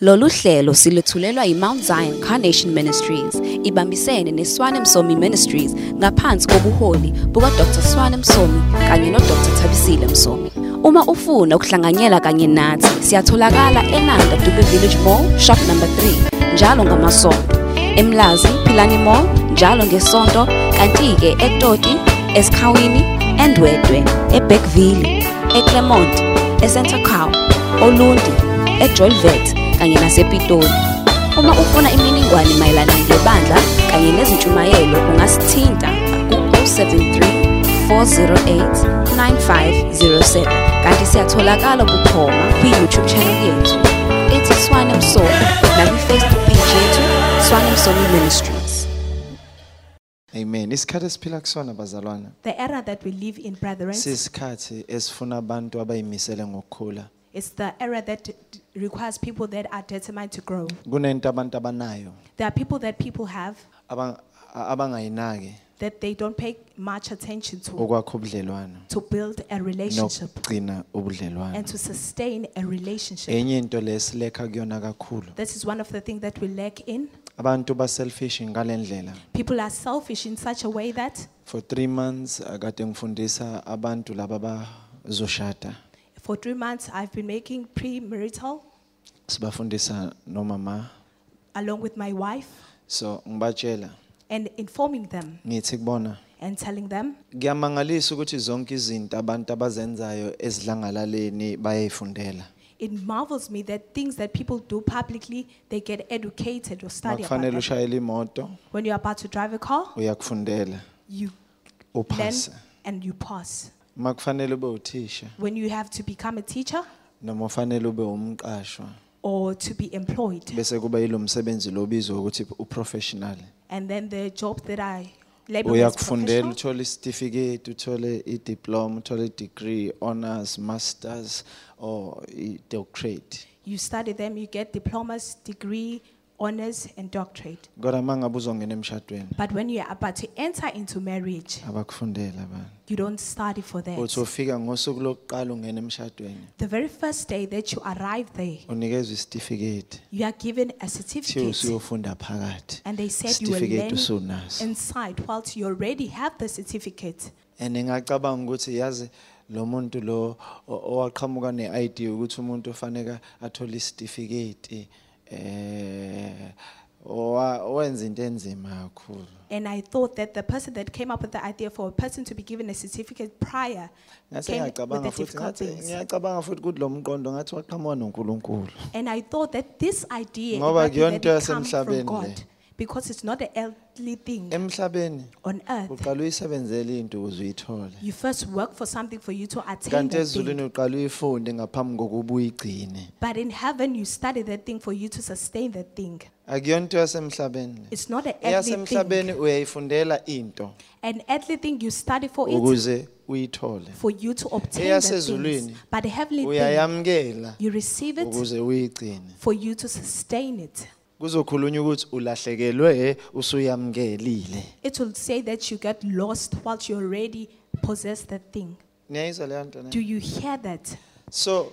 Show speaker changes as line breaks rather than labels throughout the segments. lolu hlelo silethulelwa yi-mount zion carnation ministries ibambisene neswane msomi ministries ngaphansi kobuholi bukadr swane msomi kanye nodr thabisile msomi uma ufuna ukuhlanganyela kanye nathi siyatholakala enanda dube village mall shop number 3 njalo ngamasonto emlazi philani mall njalo ngesonto kanti-ke etoti esikhawini endwedwe ebekville eclermont ecenter cow olundi ejolvet kanye nasepitoli uma ufuna imininingwane mayelana ngebandla kanye nezintshumayelo ungasithinta ku-073 408 9507 kanti siyatholakala bukhoma kwi-youtube channel yethu ethi swane msomi nakwi-facebook page yethu swane msomi ministries
Amen. Isikhathi esiphila kusona bazalwana
The era that we live in, brethren,
sisikhathi esifuna abantu abayimisele ngokukhula.
is the era that d- d- requires people that are determined to grow.
Kunento abantu abanayo
There are people that people have
abang- a- abangayinaki
that they don't pay much attention to
okwakho ubudlelwano
to build a relationship
nokugcina ubudlelwano.
and to sustain a relationship.
Enye into lesilekha kuyona kakhulu.
This is one of the things that we lack in.
Abantu baselfish ngalendlela.
People are selfish in such a way that
For 3 months akade ngifundisa abantu laba bazoshada.
for three months I've been making premarital
Sibafundisa nomama.
along with my wife
So ngibatshela
and informing them
ngithi kubona
and telling them
Ngiyamangalisa ukuthi zonke izinto abantu abazenzayo ezidlangalaleni bayayifundela.
it marvels me that things that people do publicly they get educated or study about
Makufanele
them.
ushayele imoto
when you're about to drive a car
uyakufundela
you learn
uphase.
and you pass
Makufanele ube uthisha
when you have to become a teacher
noma ufanele ube umqashwa
or to be employed
bese kuba yilomsebenzi lobizwa ukuthi uprofessional.
and then the jobs that i label as
Uyakufundela
professional,
uthole certificate, uthole idiploma, uthole degree, honors, masters or doctorate.
you study them you get diplomas degree honors and doctorate
Kodwa mangabe uzongena emshadweni
but when you're about to enter into marriage
abakufundela abantu.
you don't study for
Uthi
that
ufika ngosuku lokuqala ungena emshadweni.
the very first day that you arrive there
unikezwe isitifiketi
you are given a
thiwa
certificate
usuyofunda phakathi
and they said you will
isitifiketi
learn
usunaso
inside whilst you already have the certificate
and ngacabanga ukuthi yazi lo muntu lo o- owaqhamuka ne-idea ukuthi umuntu ufaneka athole isitifiketi um owenza into enzima kakhulu
And I thought that the person that came up with the idea for a person to be given a certificate prior
ngase
came with
ngiyacabanga
the
futhi
difficult
ngathi
things.
ngiyacabanga futhi ukuthi lo mqondo ngathi waqhamuka nonkulunkulu
And I thought that this idea it
Ngoba
might be
akuyona
that
into
it comes
yasemhlabeni le.
from God because it's not an earthly thing
emhlabeni
on earth.
uqala uyisebenzele into ukuze uyithole
You first work for something for you to attain
kanti
that
ezulwini
thing.
uqala uyifunde ngaphambi kokuba uyigcine
But in heaven, you study that thing for you to sustain that thing.
akuyonto yasemhlabeni le.
It's not an earthly thing.
eyasemhlabeni uyayifundela into
An earthly thing you study for it
ukuze uyithole
for you to obtain that things.
Eyasezulwini
But the heavenly thing,
uyayamukela
you receive it
ukuze uyigcine
for you to sustain it.
kuzokhulunywa ukuthi ulahlekelwe usuyamukelile
It will say that you get lost whilst you already possess that thing.
niyayizwa leyo nto
Do
ne
you hear that?
so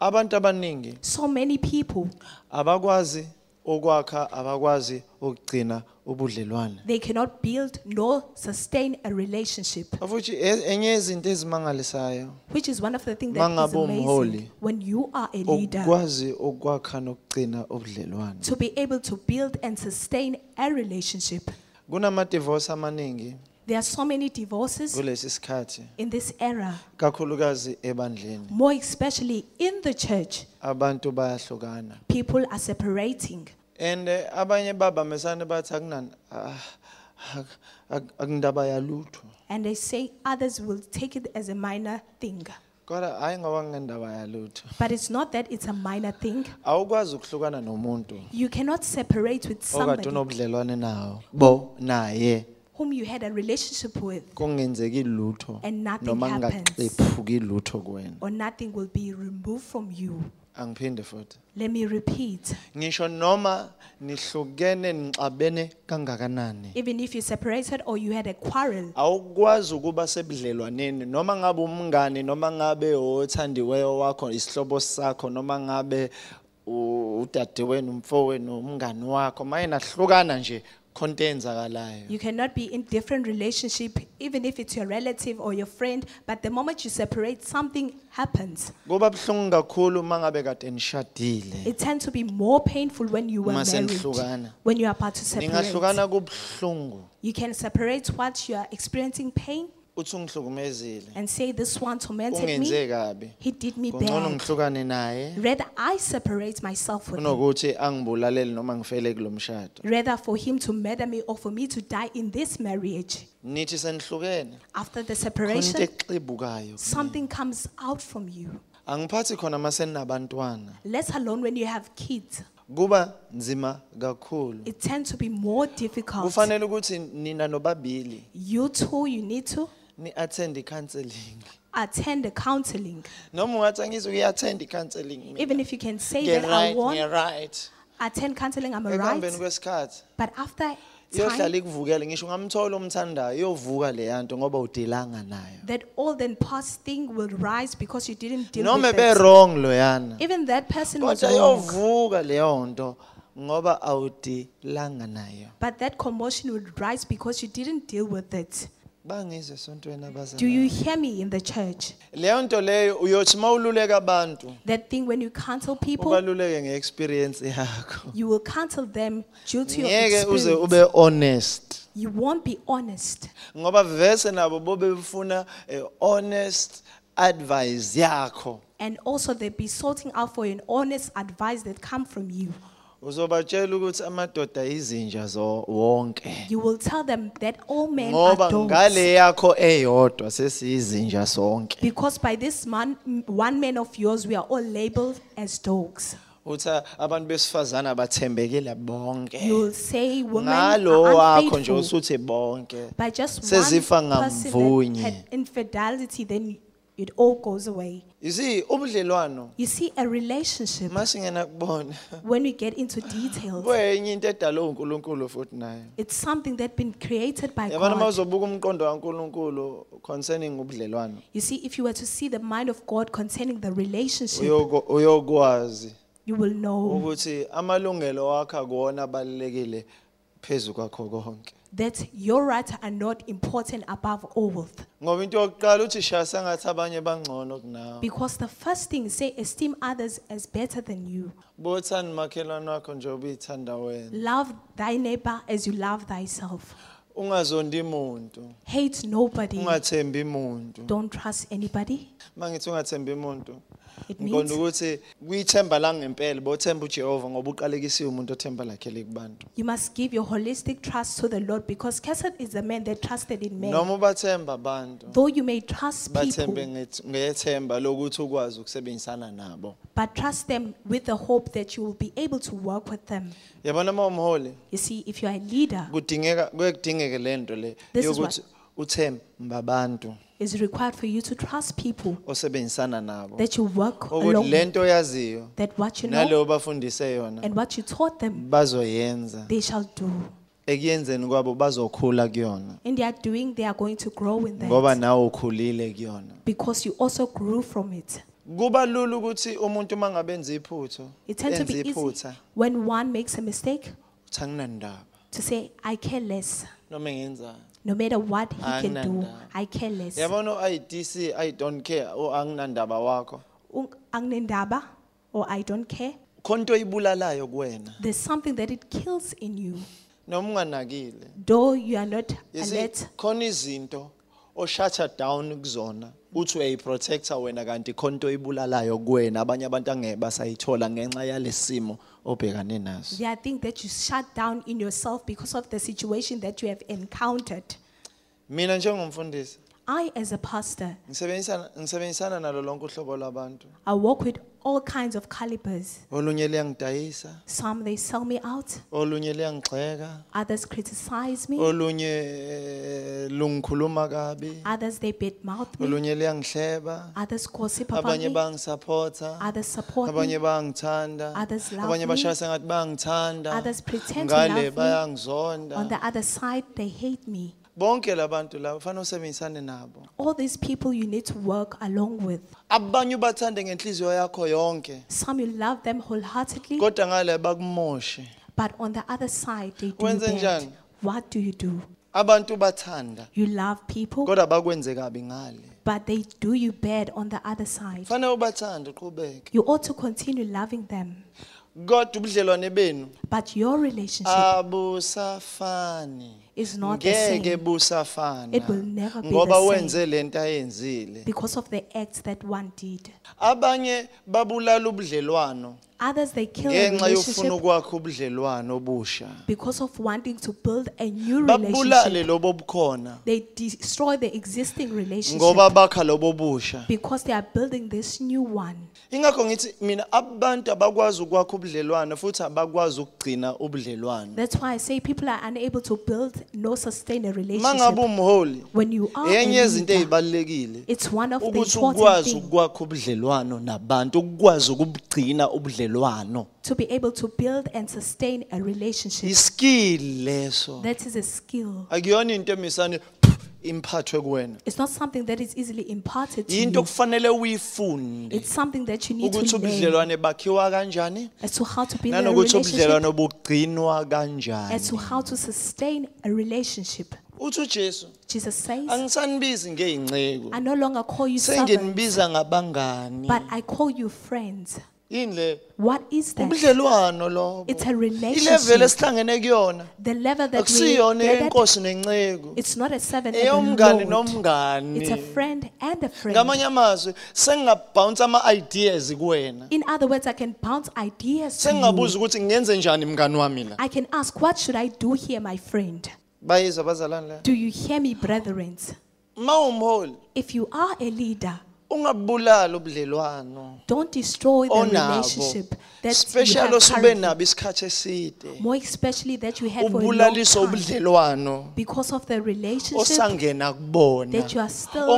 abantu abaningi
So many people,
abakwazi ukwakha abakwazi ukugcina ubudlelwane
they cannot build nor sustain a relationship,
futhi e- enye izinto ezimangalisayo
which is one of the things that is
Mangabe umholi.
amazing when you are
Oh,
a leader.
ukwazi ukwakha nokugcina ubudlelwane
To be able to build and sustain a relationship.
kunamadivorce amaningi
There are so many divorces
kulesi sikhathi
in this era,
kakhulukazi ebandleni
more especially in the church.
abantu bayahlukana
People are separating.
and eh, abanye babambisane bathi akunani ah, ak- ak- akundaba yalutho
And they say others will take it as a minor thing.
kodwa hhayi ngoba kungendaba yalutho
But it's not that it's a minor thing.
awukwazi ukuhlukana nomuntu
You cannot separate with
okade
somebody
unobudlelwane nawo bo naye
whom you had a relationship with,
kungenzeki lutho
And nothing
noma
happens.
ngingaqephuki lutho kuwena
or nothing will be removed from you.
angiphinde futhi
Let me repeat
ngisho noma nihlukene nixabene kangakanani
even if you separated or you had a quarrel,
awukwazi ukuba sebudlelwaneni noma ngabe umngane noma ngabe othandiweyo wakho isihlobo sakho noma ngabe u- udadewenu umfowenu umngani wakho maye nahlukana nje khonto eyenzakalayo
You cannot be in different relationship even if it's your relative or your friend but the moment you separate something happens.
kuba buhlungu kakhulu uma ngabe kade nishadile
It tends to be more painful when you were
Uma
married.
senihlukana.
When you are about to separate.
ningahlukana kubuhlungu
You can separate what you are experiencing pain
uthi ungihlukumezile
and say this one tormented
ungenze
me.
kabi
He did me
kungcono
bad.
ngihlukane naye
Rather I separate myself with him.
kunokuthi angibulalele noma ngifele kulomshado
Rather for him to murder me or for me to die in this marriage.
nithi senihlukene
After the
khonto
separation,
exibukayo
something comes out from you.
angiphathi khona uma seninabantwana
Let alone when you have kids.
kuba nzima kakhulu
It tends to be more difficult.
kufanele ukuthi nina nobabili
You too, you need to
ni-attend i-counseling
attend the counseling.
noma ungathi angizukuyi-attend i-counseling mina.
Even if you can say
Ngiye
that I
right
won't
ngiye-right
attend counseling, I'm alright.
ekuhambeni kwesikhathi
But after
iyohlala
time,
ikuvukele ngisho ungamthola omthandayo iyovuka leya nto ngoba udilanga nayo
that old and past thing will rise because you didn't deal
noma
with it.
be-wrong loyana
Even that person was
kodwa
wrong.
iyovuka leyo nto ngoba awudilanga nayo
But that commotion would rise because you didn't deal with it.
bangizwe sontweni
Do
abazali
you hear me in the church?
leyo nto leyo uyothi uma ululeka abantu
That thing when you counsel people,
ubaluleke nge-experience yakho
you will counsel them due to your
ngeke uze
experience.
ube honest
You won't be honest.
ngoba vese nabo bobefuna eh, honest advice yakho
And also they'll be sorting out for an honest advice that come from you.
uzobatshela ukuthi amadoda izinja zo- wonke
You will tell them that all men
ngoba
are dogs.
ngale yakho eyodwa sesiyizinja sonke
Because by this man, one man of yours, we are all labeled as dogs.
uthi abantu besifazana bathembekile bonke
You will say women
ngalo
are
wakho nje
unfaithful.
usuthi bonke
By just
Sezifa
one person
ngamvunye.
that had infidelity, then it all goes away.
you see ubudlelwano
You see, a relationship,
masingena kubona
when we get into details,
kwenye into edalwe uNkulunkulu futhi naye
it's something that's been created by
yabona uma
God.
uzobuka umqondo kaNkulunkulu concerning ubudlelwano
You see, if you were to see the mind of God concerning the relationship,
uyoko- uyokwazi
you will know
ukuthi amalungelo wakho akuwona abalulekile phezu kwakho konke
that your rights are not important above all.
ngoba into yokuqala uthi shaya sengathi abanye bangcono kunawe
Because the first thing, say, esteem others as better than you.
bothanda umakhelwane wakho njengoba uyithanda wena
Love thy neighbor as you love thyself.
ungazondi muntu
Hate
Oh
nobody.
ungathembi muntu
Don't trust anybody.
uma ngithi ungathembi muntu
It
ngiqonda
means
ukuthi kuyithemba langempela bothemba ujehova ngoba uqalekisiwe umuntu othemba lakhe likubantu
you must give your holistic trust to the Lord because Kesed is the man that trusted in man.
noma ubathemba abantu
Though you may trust
bathembe
people,
nge- ngethemba lokuthi ukwazi ukusebenzisana nabo
but trust them with the hope that you will be able to work with them.
yabona uma umholi
You see, if you are a leader,
kudingeka kuye kudingeke le nto le
This is
yokuthi uthembe abantu
it's required for you to trust people
osebenzisana nabo
that you work
ukuthi
along
le
with,
nto oyaziyo
that what you know
naleyo bafundise yona
and what you taught them,
bazoyenza
they shall do.
ekuyenzeni kwabo bazokhula kuyona
In their doing, they are going to grow in
ngoba
that
nawe ukhulile kuyona
because you also grew from it.
kuba lula ukuthi umuntu uma ngabe enza iphutho
It tends to be easy
iphutha
when one makes a mistake
uthi anginandaba
to say, I care less.
noma engenzani
No matter what he can do,
Anginandaba.
I care less.
yabona u-idc i don't care o anginandaba wakho
Ung- anginendaba, or I don't care.
khona into oyibulalayo kuwena
There's something that it kills in you,
noma unganakile
though you are not
You see,
alert.
khona izinto oshutter down kuzona uthi uyayiprotecta wena kanti khona into oyibulalayo kuwena abanye abantu angeke basayithola ngenxa yalesi simo obhekane naso
There are things that you shut down in yourself because of the situation that you have encountered.
mina njengomfundisi
I, as a pastor,
ngisebenzisana ngisebenzisana nalo lonke uhlobo lwabantu
I work with all kinds of calibers.
olunye liyangidayisa
Some they sell me out,
olunye liyangigxeka
others criticize me,
olunye eh, lungikhuluma kabi
others they badmouth me,
olunye liyangihleba
others gossip about
abanye
me,
bangisapporta
others support
abanye
me,
bayangithanda
Others love
abanye
me.
bashaya sengathi bayangithanda
Others pretend to
ngale
love me.
bayangizonda
on the other side they hate me.
bonke labantu labo fanele usebenzisane nabo
All these people you need to work along with.
abanye ubathande ngenhliziyo yakho yonke
Some you love them wholeheartedly,
kodwa ngale bakumoshe
but on the other side, they do you
Wenze
bad.
njani?
What do you do?
abantu bathanda
You love people,
kodwa bakwenze kabi ngale
but they do you bad on the other side.
fanele ubathande uqhubeke
You ought to continue loving them,
kodwa ubudlelwane benu
but your relationship
Ah, abusafani
is not the
ngeke
same
busafana
It will never be
ngoba
the same.
wenze lento ayenzile
because of the acts that one did.
abanye babulala ubudlelwano
Others, they kill a
ngenxa yofuna
relationship
ukwakha ubudlelwano obusha
because of wanting to build a new
babulale
relationship.
lobo bukhona
They destroy the existing relationship
ngoba bakha lobo busha
because they are building this new one.
ingakho ngithi mina abantu abakwazi ukwakha ubudlelwano futhi abakwazi ukugcina ubudlelwano
That's why I say people are unable to build nor sustain a
mangabe
relationship.
umholi
When you are a
enye yezinto
leader,
ezibalekile
it's one of the
ukuthi
important
ukwazi
things
ukwakha ubudlelwano nabantu ukwazi ukubugcina ubudlelwano
to be able to build and sustain a relationship.
iskill leso
That is a skill.
akuyona into emisane imphathwe kuwena
It's not something that is easily imparted to
into
you.
kufanele uyifunde
It's something that you need
ukuthi
to learn
ubudlelwane bakhiwa kanjani
as to how to build a
nanokuthi
relationship,
ubudlelwane bugcinwa
as to
kanjani
how to sustain a relationship.
uthi ujesu
Jesus says,
angisanibizi ngey'nceku
I no longer call you servants,
senginibiza ngabangani
but I call you friends.
yini le
What is that?
ubudlelwano lobo
It's a
ileveli
relationship.
esihlangene kuyona
The level that we
akusiyona
gathered
enkosi nenceku
It's not a servant and
eyomngani
a lord. It's a
nomngani
friend and a friend.
ngamanye amazwi sengingabhawunsa ama-ideas kuwena
In other words, I can bounce ideas to you.
sengingabuza ukuthi ngenze njani mngani wami la
I can ask, what should I do here, my friend?
bayizwa abazalwane la
Do you hear me, brethren?
ma umholi
If you are a leader,
ungabulali ubudlelwano
don't destroy the relationship
onabo
that you
special
have
osube
currently,
nabo isikhathi eside
more especially that you had for a long
ubulalise
time
ubudlelwano
because of the relationship
osangena kubona
that you are still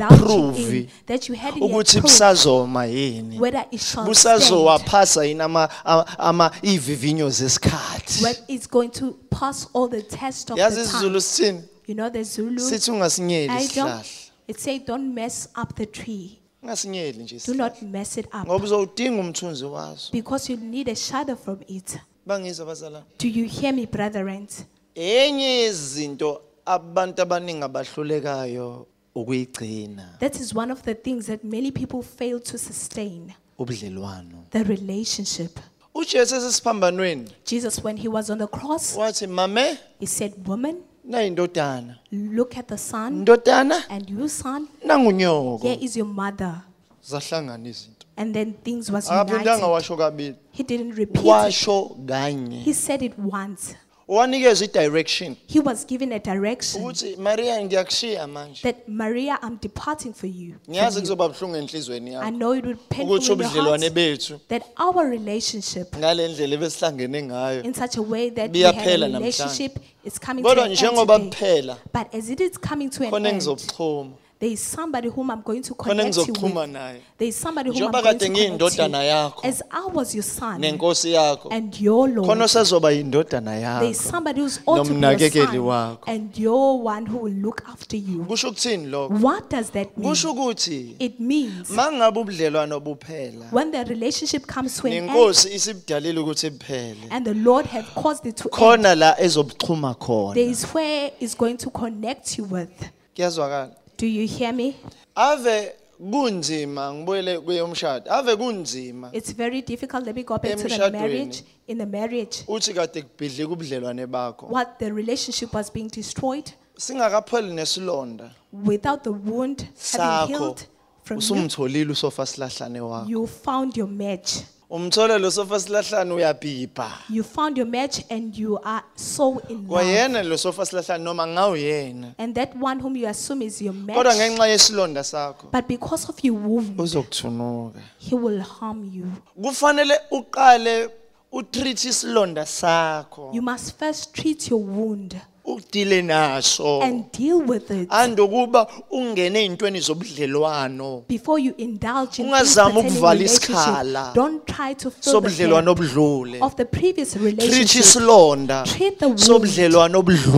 indulging in,
ongakaphruvi
that you hadn't yet
ukuthi
proved
busazoma yini
whether it shall stand.
busazowaphasa yini ama- a- ama ivivinyo zesikhathi
when it's going to pass all the test of
yazi
the time.
isizulu sithini
You know the Zulu
sithi ungasinyeli
I
isihlahla
don't, it say don't mess up the tree.
ungasinyeli nje
Do
isihlahla
not mess it up
ngoba uzowudinga umthunzi wazo
because you need a shadow from it.
bangizwa abazalwane
Do you hear me, brethren?
enye yezinto abantu abaningi abahlulekayo ukuyigcina
That is one of the things that many people fail to sustain
ubudlelwano
the relationship.
ujesu esesiphambanweni
Jesus, when he was on the cross,
wathi mame
he said, Woman,
nayindodana
look at the son,
ndodana
and you, son, here
nangunyoko
is your mother.
zahlangana izinto
And then things was
akaphindanga
united.
washo kabili
He didn't repeat it.
washo kanye
He said it once.
wanikeza i-direction
He was given a direction
ukuthi maria ngiyakushiya manje
that Maria, I'm departing for you. from
ngiyazi
you.
kuzoba buhlungu enhliziyweni
I
yakho
know it would pain
ukuthi
you in your
ubudlelwane
heart
bethu
that our relationship
ngale ndlela ebesihlangene ngayo
in such a way that we had
Biyaphela
a
namhlanje.
relationship is coming to
kodwa
an
njengoba
end today.
kuphela
But as it is coming to an
khona
end,
engizobuxhuma
there is somebody whom I'm going to
khona
connect you
engizokuxhuma
with.
naye
There is somebody whom
Njengoba
I'm going
kade
to connect
ngiyindodana
you.
yakho
As I was your son
nenkosi yakho
and your
khona
Lord,
osazoba yindodana
there is
yakho
somebody who's ought to be your
nomnakekeli
son
wakho.
and your one who will look after you.
kusho ukuthini lokho
What does that mean?
kusho ukuthi
It means
mangabe ubudlelwano buphela
when the relationship comes to an end
nenkosi isibudalile ukuthi iphele
and the Lord have caused it to end,
khona la ezobuxhuma
there
khona
is where is going to connect you with.
kuyazwakala
Do you hear me?
ave kunzima ngibuyele kweyomshado ave kunzima
It's very difficult. Let me go back to the
Emshadweni.
marriage. In the marriage,
uthi kade kubhidlika ubudlelwane bakho
what the relationship was being destroyed
singakapholi nesilonda
without the wound having
sakho
healed from you,
usumtholile usofa silahlane wakho
you found your match.
umthole lo sofa silahlane uyabhibha
You found your match and you are so in love.
kwayena lo sofa silahlane noma ngawuyena
And that one whom you assume is your
kodwa
match,
ngenxa yesilonda sakho
but because of your wound,
uzokuthunuka
he will harm you.
kufanele uqale utreat isilonda sakho Oh.
You must first treat your wound.
udile naso
and deal with
Ah.
it
andokuba ungene ezintweni zobudlelwano
before you indulge in things
Ungazami
pertaining
ukuvala
relationship.
isikhala
Don't try to fill
sobudlelwano
the
obudlule
gap of the previous
treat
relationship
isilonda
Treat the wound.
sobudlelwano
of the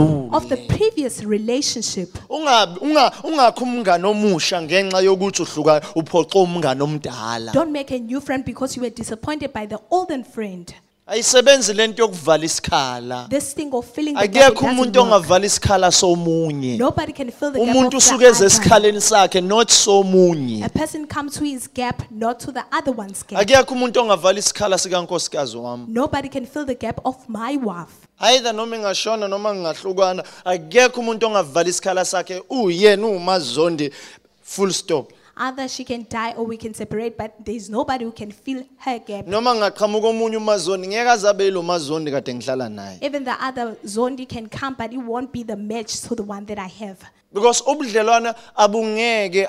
obudlule
previous relationship.
Ungabi- unga- ungakho umngane omusha ngenxa yokuthi uhluka uphoqa umngane omdala
Don't make a new friend because you were disappointed by the olden friend.
ayisebenzi lento yokuvala isikhala
This thing of filling the gap. it
akekho
doesn't
umuntu
work.
ongavala isikhala somunye
Nobody can fill the gap.
umuntu
of the
usuke eze
other.
esikhaleni sakhe not somunye
A person comes to his gap, not to the other one's gap.
akekho umuntu ongavala isikhala sikankosikazi wami
Nobody can fill the gap of my wife.
either noma ngashona noma ngingahlukana akekho umuntu ongavala isikhala sakhe uyena uwumazondi full stop
Either she can die or we can separate, but there's nobody who can fill her gap.
noma ngaqhamuka omunye umazondi ngeke azabe yilo mazondi kade ngihlala naye
Even the other zondi can come, but it won't be the match to the one that I have.
because ubudlelwana abungeke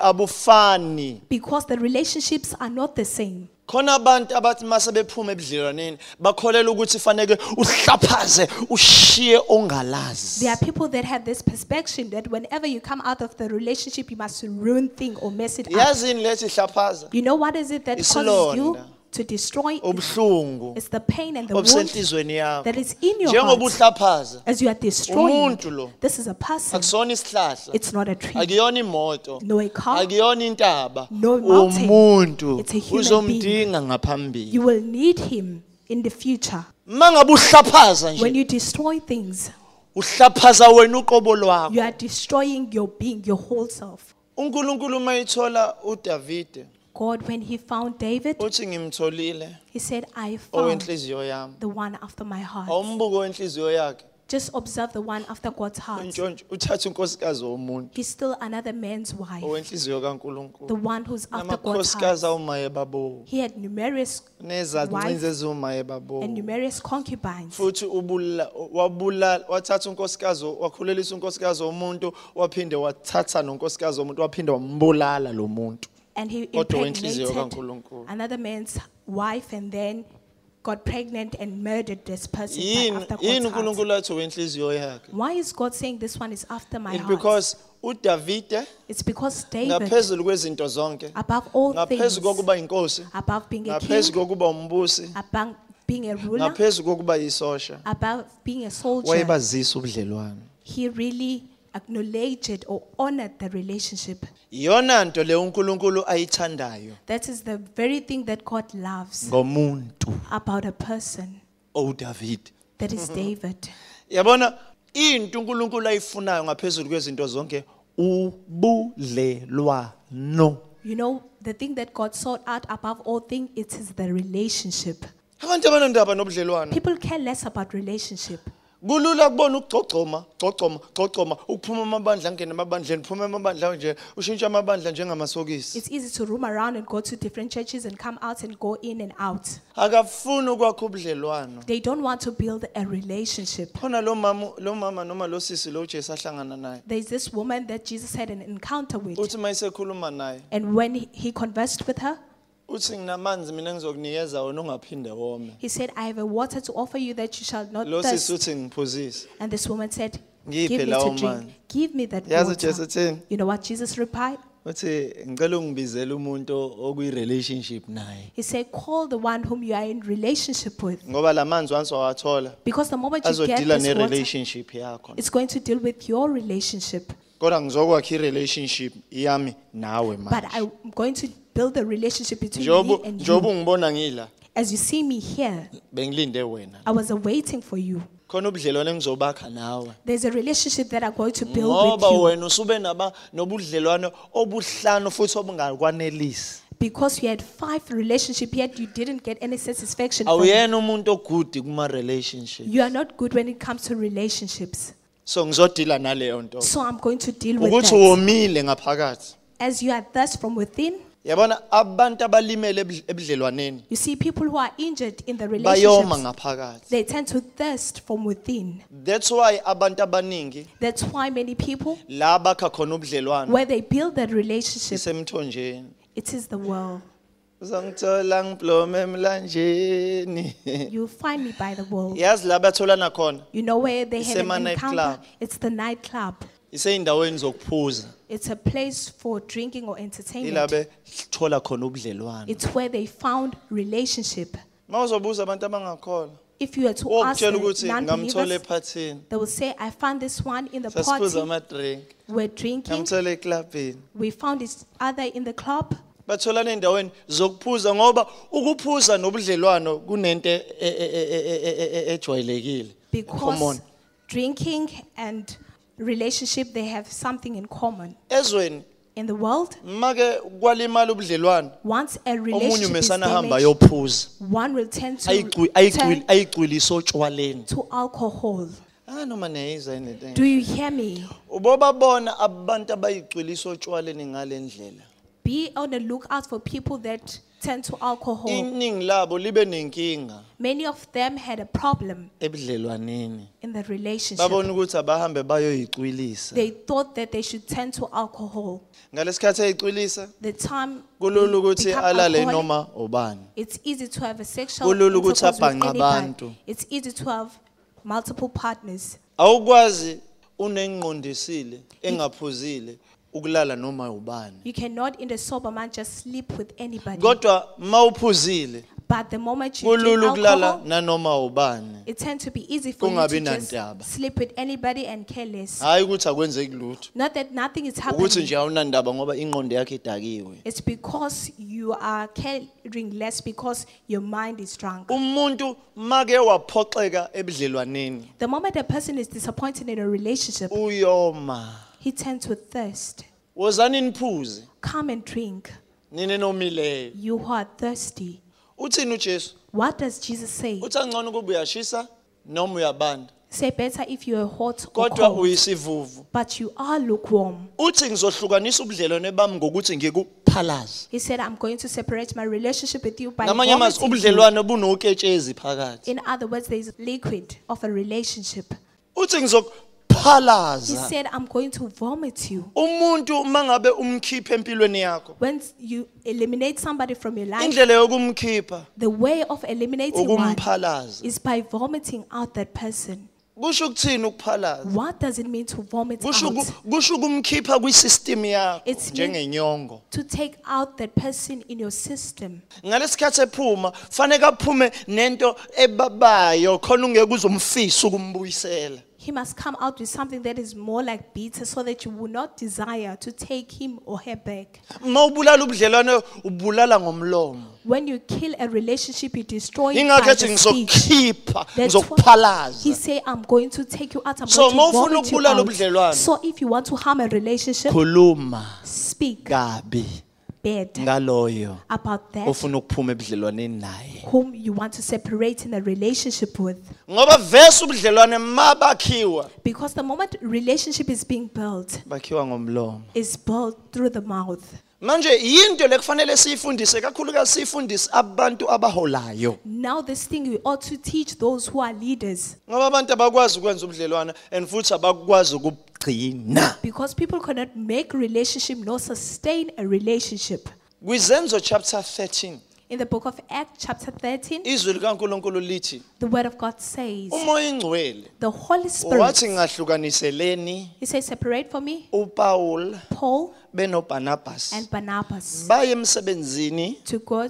abufani
Because the relationships are not the same.
khona abantu abathi mase bephuma ebudlelwaneni bakholela ukuthi faneke uhlaphaze ushiye ongalazi
There are people that have this perception that whenever you come out of the relationship, you must ruin thing or mess it up.
yazini lethi hlaphaza
You know what is it that
Isilonda.
causes you to destroy?
ubuhlungu
It's the pain and the wound
obusenhlizweni yakho
that is in your
njengoba
heart.
uhlaphaza
As you are destroying,
Umuntu lo.
this is a person.
akusona isihlahla
It's not a tree,
akuyona imoto
no a car.
akuyona intaba
No mountain.
umuntu
It's a human
uzomdinga
You
ngaphambili
will need him in the future.
uma ngabe uhlaphaza
When
nje
you destroy things,
uhlaphaza wena uqobo lwakho
you are destroying your being, your whole self.
unkulunkulu uma yithola udavide
God, when He found David,
uthi ngimtholile
He said,
Oh,
I found
owenhliziyo yami
the one after my heart.
awumbuko wenhliziyo yakhe
Just observe the one after God's heart.
untshontshe uthathe unkosikazi womuntu
He's still another man's wife,
owenhliziyo kankulunkulu
the one who's after God's
namakhosikazi
heart.
awumaye babowu
He had numerous
nezazincinzi
wives
eziwumaye
and
babowu
numerous concubines.
futhi ubula- wabulala wathatha unkosikazi wakhulelisa unkosikazi womuntu waphinde wathatha nonkosikazi womuntu waphinde wambulala lo muntu
And he
Kodwa wenhliziyo
impregnated
kaNkulunkulu.
another man's wife and then got pregnant and murdered this person by-
yini
after God's
yini
heart.
unkulunkulu athi wenhliziyo yakhe
Why is God saying this one is after my
it
heart?
because udavide
It's because David,
ngaphezulu kwezinto zonke
above all things,
ngaphezu kokuba yinkosi
above being a
ngaphezu
king,
kokuba umbusi
above being a ruler,
ngaphezu kokuba yisosha
above being a soldier,
wayebazisa ubudlelwano
he really acknowledged or honored the relationship.
iyona nto le unkulunkulu ayithandayo
That is the very thing that God loves
ngomuntu
about a person.
owudavide
That is
Mm-hmm.
David.
yabona into unkulunkulu ayifunayo ngaphezulu kwezinto zonke ubudlelwano
You know, the thing that God sought out above all things, it is the relationship.
abantu abanondaba nobudlelwano
People care less about relationship.
kulula kubona ukugcogcoma gcogcoma gcogcoma ukuphuma amabandla angene emabandleni uphuma amabandla nje ushintshe amabandla njengamasokisi
It's easy to roam around and go to different churches and come out and go in and out.
akafuni ukwakho ubudlelwano
They don't want to build a relationship.
khona lo mama lo mama noma lo sisi lo uJesu ahlangana naye
There's this woman that Jesus had an encounter with.
uthi mayisekhuluma naye
And when he- he conversed with her,
uthi nginamanzi mina engizokunikeza wona ungaphinde wome
he said, I have a water to offer you that you shall not
lo sisi
thirst.
uthi ngiphuzise
And this woman said,
Ngiphe
Give me
lawo
to drink.
manzi."
Give me that
yazi uJesu
water.
uthini
You know what Jesus replied?
uthi ngicela ungibizele umuntu okwi-relationship naye
He said, Call the one whom you are in relationship with.
ngoba la manzi once wawathola
Because the moment you get
azodila
this water,
ne-relationship yakho
it's going to deal with your relationship.
kodwa ngizokwakha i-relationship yami nawe
But
manje
I'm going to build a relationship between me
njengoba
and
njengoba
you.
ungibona ngila
As you see me here,
bengilinde wena
I was awaiting for you.
khona ubudlelwane engizobakha nawe
There's a relationship that I'm going to build
ngoba
with you.
wena usube naba nobudlelwano obuhlanu futhi obungakwanelisi
Because you had five relationship yet you didn't get any satisfaction. from it.
awuyena umuntu ogudi kuma relationship
You are not good when it comes to relationships.
so ngizodila naleyo nto
So I'm going to deal with
ukuthi
that.
womile ngaphakathi
As you are thirst from within,
yabona abantu abalimele ebudl- ebudlelwaneni
you see people who are injured in the
bayoma
relationship,
ngaphakathi
they tend to thirst from within.
that's why abantu abaningi
That's why many people
la bakha khona ubudlelwano
where they build that relationship,
isemthonjeni
it is the world.
uzongithola ngiblome emlanjeni
You'll find me by the wall.
yazi la batholana khona
You know where they
It's
have
a
an encounter?
nightclub.
It's the nightclub.
isey'ndaweni zokuphuza
It's a place for drinking or entertainment.
ila bethola khona ubudlelwano
It's where they found relationship.
uma uzobuza abantu abangakholwa
If you were to ask
wokutshela ukuthi
the
ngamthola
non-believers,
ephathini
they will say, I found this one in the
sasiphuza
party.
amadrink
We're drinking.
ngamthola eklabhini
We found each other in the club.
batholana endaweni zokuphuza ngoba ukuphuza nobudlelwano kunento e- e- e- e- e- e- e- e- ejwayelekile
Because drinking and relationship, they have something in common.
ezweni
In the world,
make kwalimala ubudlelwano
once a
omunye
relationship is
umesana ahamba
damaged,
ayophuza
one will tend to
Ayicwi-
turn
ayicwili- ayicwilise otshwaleni
to alcohol.
ah noma neyiza into
Do you hear me?
ubobabona abantu abayicwilisa otshwaleni ngale ndlela
Be on the lookout for people that tend to alcohol.
iningi labo libe nenkinga
Many of them had a problem
ebudlelwaneni
in the relationship.
babona ukuthi abahambe bayoyicwilisa
They thought that they should turn to alcohol.
ngalesikhathi eyicwilisa
The time
kulula
they
ukuthi
become
alale
alcoholic,
noma ubani
It's easy to have a sexual
Kulula ukuthi
intercourse with
abhanqe abantu.
anybody. It's easy to have multiple partners.
awukwazi unengqondisile engaphuzile ukulala noma ubani
You cannot, in the sober man, just sleep with anybody.
kodwa mawuphuzile
But the moment you drink
kulula ukulala
alcohol,
nanoma ubani
it tends to be easy for you
Kungabi
to just
nandaba.
sleep with anybody and care less.
hayi ukuthi akwenzeki lutho
Not that nothing is
ukuthi nje
happening.
awunandaba ngoba ingqondo yakhe idakiwe
It's because you are caring less because your mind is drunk.
Oh. umuntu make waphoxeka ebudlelwaneni
The moment a person is disappointed in a relationship,
Oh. uyoma
he tends to thirst.
wozani niphuze
Come and drink.
nine nomileyo
You who are thirsty.
uthini ujesu
What does Jesus say?
uthi angcono ukuba uyashisa noma uyabanda
Say better if you are hot or
kodwa
cold,
uyisivuvu
but you are lukewarm.
uthi ngizohlukanisa ubudlelwane bami ngokuthi ngikuphalaze
He said, I'm going to separate my relationship with you by
ngamanye amazwi
vomiting you."
ubudlelwano bunoketshezi phakathi
In other words, there is liquid of a relationship.
uthi
He
ngizokuphalaza
said, I'm going to vomit you.
umuntu uma ngabe umkhiphe empilweni yakho
When you eliminate somebody from your life,
indlela yokumkhipha
the way of eliminating one
ukumphalaza
is by vomiting out that person.
kusho ukuthini ukuphalaza
What does it mean to vomit
kusho
out?
uku- kusho ukumkhipha kwisystem yakho
It's me-
njengenyongo
To take out that person in your system.
ngalesikhathi ephuma faneke aphume nento ebabayo khona ungeke uzomfisa ukumbuyisela
He must come out with something that is more like bitter so that you will not desire to take him or her back.
uma ubulala ubudlelwane ubulala ngomlomo
When you kill a relationship, you destroy it by
ingakhethi
the speech.
ngizokukhipha
That's why
ngizokuphalaza
he say, I'm going to take you out. I'm
So,
going to
mawufuna
vomit you
ukubulala
out."
ubudlelwano.
So if you want to harm a relationship,
khuluma
speak
kabi
bad
ngaloyo
about that
ofuna ukuphuma ebudlelwaneni naye
whom you want to separate in a relationship with.
ngoba vese ubudlelwane mabakhiwa
Because the moment relationship is being built,
bakhiwa ngomlomo
is built through the mouth.
manje yinto lekufanele siyifundise kakhulukazi siyifundise abantu abaholayo
Now this thing we ought to teach those who are leaders
ngoba abantu abakwazi ukwenza ubudlelwane and futhi abakwazi ukugcina
because people cannot make relationship nor sustain a relationship.
kwizenzo chapter 13
In the book of Acts chapter 13,
izwi likankulunkulu lithi
the word of God says,
umoya ingcwele
the Holy Spirit
wathi ngahlukaniseleni
He says, Separate from me
upawul
Paul
benobarnabas
and Barnabas
baye emsebenzini
to go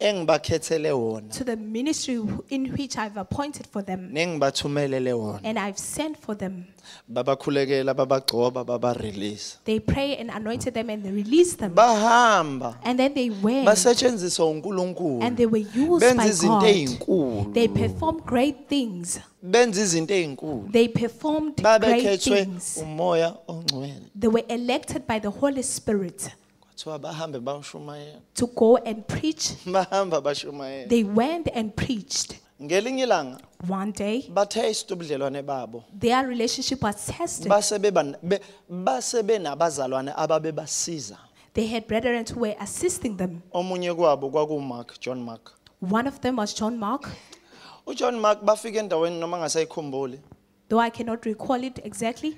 engibakhethele wona
to the ministry in which I've appointed for them
nengibathumelele wona
and I've sent for them.
babakhulekela babagcoba babarelease
They pray and anointed them and they released them.
bahamba
And then they went
basetshenziswa uNkulunkulu
and they were used
benza
by
izinto
God.
ezinkulu
They performed great things.
benza izinto ezinkulu
They performed great
babekhethwe
things.
umoya ongcwele
They were elected by the Holy Spirit
kwathiwa bahambe bawushumayela
to go and preach.
bahamba bashumayela
They went and preached.
ngelinye ilanga
One day,
batheste ubudlelwane babo
their relationship was tested.
base beba- be- base benabazalwane ababebasiza
They had brethren who were assisting them.
omunye kwabo kwakumark john mark
One of them was John Mark,
ujohn mark bafika endaweni noma ngasayikhumbuli
though I cannot recall it exactly.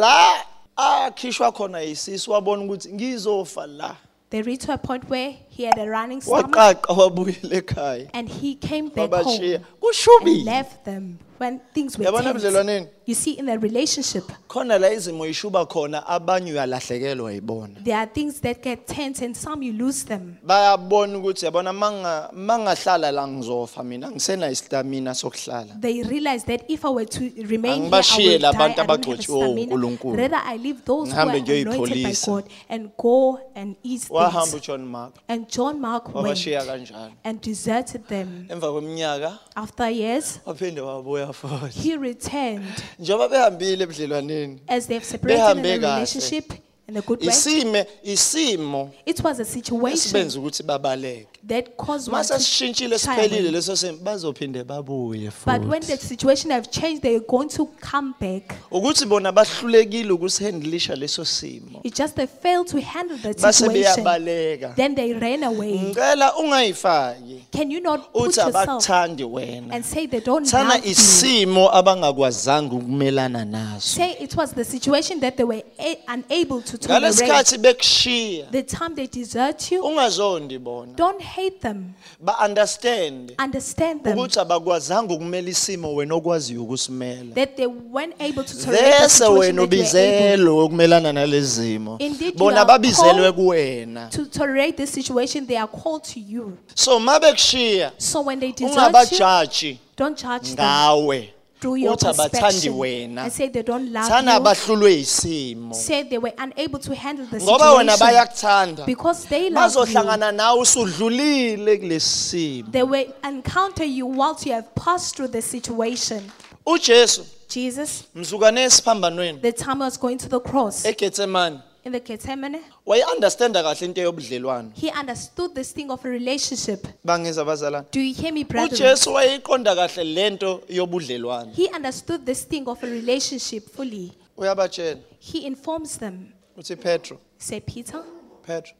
la akhishwa khona yisisi wabona ukuthi ngizofa la
They reached to a point where he had a running stomach
waqaqa wabuyela ekhaya
and he came back
wabashiya
home and
kushubile
left them when things were
Yabona
tense.
budlelwaneni?
You see, in a relationship,
khona la izimo yishuba khona abanye uyalahlekelwa yibona
there are things that get tense and some you lose them.
bayabona ukuthi yabona manga mangahlala la ngizofa mina ngisena istamina sokuhlala
They realize that if I were to remain here, I
Angibashiye
will
la
die. I
bantu
don't have a
abagcotshiwe
stamina.
uNkulunkulu.
Rather, I leave those who are
oh, Ngihambe
anointed by
ngiyoyipholisa.
God and go and ease
wahamba
things.
uJohn Mark
And John Mark went
wabashiya kanjalo
and deserted them.
emva kweminyaka
After years,
waphinde wabuya futhi
he returned
njengoba behambile ebudlelwaneni
as they've separated in
Behambe
a
kahle.
relationship in a good way.
isime isimo
It was a situation
esibenza ukuthi babaleke
that caused one
mase
to
sishintshile
shy away.
siphelile leso simo bazophinde babuye
But when
futhi
the situation have changed, they're going to come back.
ukuthi bona bahlulekile ukusihandlisha leso simo
It's just they failed to handle the
base
situation.
beyabaleka
Then they ran away.
ngicela ungayifaki
Can you not put
uthi
yourself
abakuthandi wena
and say they don't
thana
love you?
isimo abangakwazanga ukumelana naso
Say it was the situation that they were a- unable to tolerate.
ngalesikhathi bekushiya
The time they desert you,
ungazondi bona
don't hate them.
ba-understand
Understand them.
ukuthi abakwazanga ukumela isimo wena okwaziyo ukusimela
that they weren't able to tolerate the
bese
situation
wena
that you were able
ubizelwe ukumelana nalezimo
Indeed, you
bona
are
babizelwe
called
kuwena
to tolerate this situation they are called to you
so ma bekushiya
so when they desert you
ungabajaji
don't judge them
ngawe
through your
uthi abathandi
perception
wena
and say they don't
thana
love you
bahlulwe yisimo
say they were unable to handle the
ngoba wena
situation
bayakuthanda
because they love you
bazohlangana nawe usudlulile kulesimo
they will encounter you whilst you have passed through the situation
uJesu
Jesus
mzukane esiphambanweni
the time was going to the cross
Eh- eGetsemane
in the Gethsemane
wayiunderstanda kahle into yobudlelwano
he understood this thing of a relationship
bangeza bazalana
do you
Oh,
hear me brother
uJesu wayeyiqonda kahle lento yobudlelwano
he understood this thing of a relationship fully
uyabatshela
he informs them
uthi Petro
say peter
Petro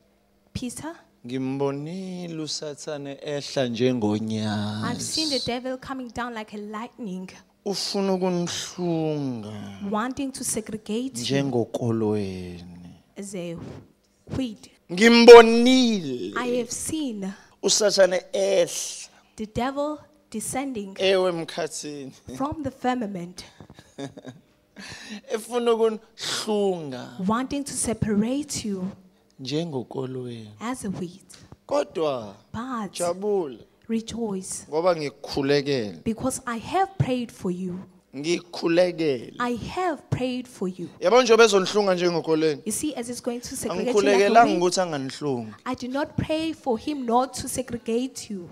peter
ngimbonile usathane ehla
i've seen the
njengonyazi
devil coming down like a lightning
ufuna ukunihlunga
wanting to segregate you
njengokolo wenu
as a weed
ngimbonile
i have seen
usathane ehla
the devil descending
ewe emkhathini
from the firmament
efuna ukunihlunga
wanting to separate you
njengokolo wenu
as a weed
kodwa
but
jabula
rejoice
ngoba ngikukhulekela
because i have prayed for you
ngikhulekele
i have prayed for you
yabona njengoba ezonihlunga njengokoleni
you see as it's going to segregate you like a
angikhulekelanga ukuthi
weed,
anganihlungi
i do not pray for him not to segregate you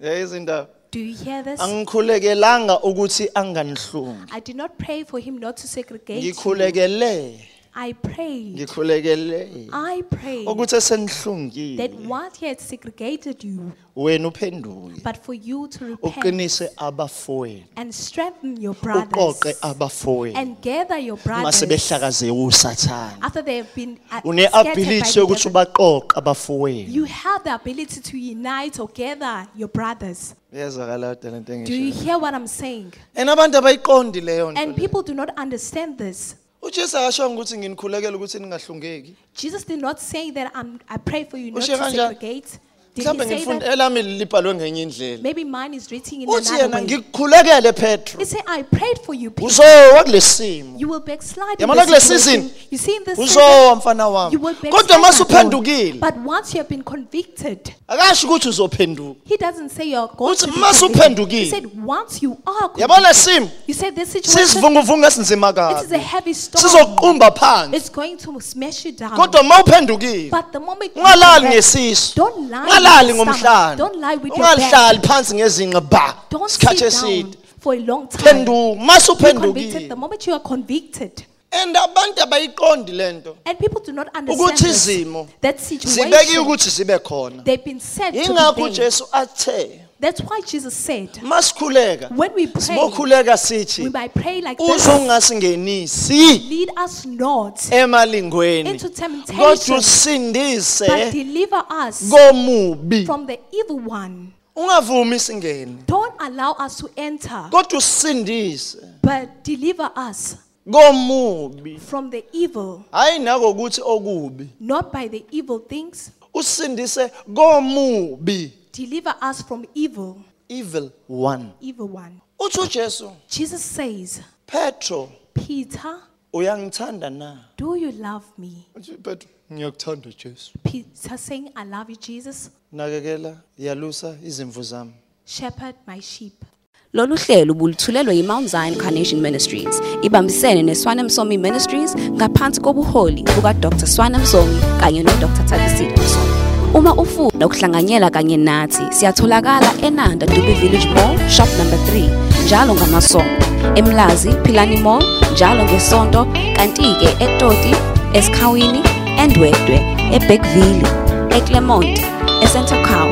yayizindaba
do you hear this
angikhulekelanga ukuthi anganihlungi
I did not pray for him not to segregate. you.
ngikhulekele
I prayed.
ngikhulekele
I prayed
ukuthi
that
esenihlungile
what he had segregated you,
wena uphendule
but for you to repent
uqinise abafowenu
and strengthen your
uqoqe
brothers
abafowenu
and gather your
mase
brothers
behlakaze usathane
after they have been uh, scattered by
une-ability
the
yokuthi
devil.
ubaqoqe abafowenu
You have the ability to unite or gather your brothers.
iyazakala kodwa lento
Do you hear what I'm saying?
and abantu abayiqondi leyo nto
And people do not understand this.
ujesu akashonga ukuthi nginikhulekele ukuthi ningahlungeki
Jesus did not say that I'm, I pray for you not
Usho
to
kanjani?
segregate. Did
mhlawumbe
he say
ngilifunde
that?
elami libhalwe ngenye indlela
Maybe mine is written in
uthi
another
yena
way.
ngikukhulekele petro
He said, I prayed for you, Peter.
uzowa kule simo
You will backslide in
Yabona
this
kule
situation.
season,
You see in this
uzowa mfana
season, you
wami
will
kodwa
backslide.
mase
my Lord.
uphendukile
But once you have been convicted,
akasho ukuthi uzophenduka
he doesn't say you're going
Uthi
to be
mase
convicted.
uphendukile.
He said, once you are
yabona le
convicted,
simo
you said this situation,
sisivunguvunga esinzima
it is a
kabi
heavy storm.
sizoqumba phansi
It's going to smash you down.
kodwa ma uphendukile
But the moment you
ungalali
do that,
ngesisu
don't lie
ungalali
with your stomach.
ngomhlane
Don't lie with your
ungalihlali
back.
phansi ngezinqa ba
Don't
isikhathi
sit
eside
down for a long time.
phenduka mase
You're convicted.
uphendukile
The moment you are convicted,
and abantu abayiqondi lento
and people do not understand
ukuthi
this,
izimo
that
zibekiwe
situation.
ukuthi zibe khona
They've been set to
yingakho
be there.
ujesu athe
That's why Jesus said,
masikhuleka
when we pray,
simokhuleka
we
sithi
might pray like this.
uzongasingenisi
Lead us not,
emalingweni
Into temptation,
kodwa
but
usindise
deliver us
komubi
from the evil one.
ungavumi singene
Don't allow us to enter,
kodwa usindise
but deliver us
komubi
from the evil,
hayi nangokuthi okubi
not by the evil things.
usindise komubi
Deliver us from evil,
evil one
evil one.
uthi ujesu
Jesus says,
petro
Peter,
uyangithanda na
do you love me?
uthi petro ngiyakuthanda jesu
Peter saying, I love you, Jesus.
nakekela yalusa izimvu zami
Shepherd my sheep.
Lolu hlelo bulithulelwe yiMount Zion Carnation Ministries ibambisene neSwana Msomi Ministries ngaphansi kobuholi buka Dr Swana Msomi kanye noDr Thabisile Msomi. Uma ufuna ukuhlanganyela kanye nathi siyatholakala eNanda Dube Village Mall shop number 3 njalo ngamasonto eMlazi Philani Mall njalo ngesonto kanti ke eToti eSkhawini eNdwedwe eBergville eClermont eCentralcow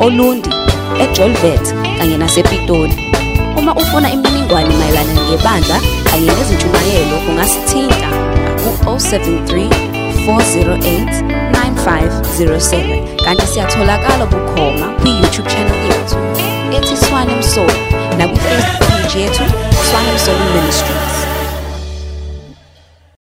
Olundi eJolvet kanye nasePitoli. Uma ufuna imininingwane mayelana ngebandla kanye nezintshumayelo ungasithinta ku-073 408 9507 kanti siyatholakala bukhoma kwi-youtube channel yethu ethi swanemsoli nakwi-facebook page yethu swanemsoli ministry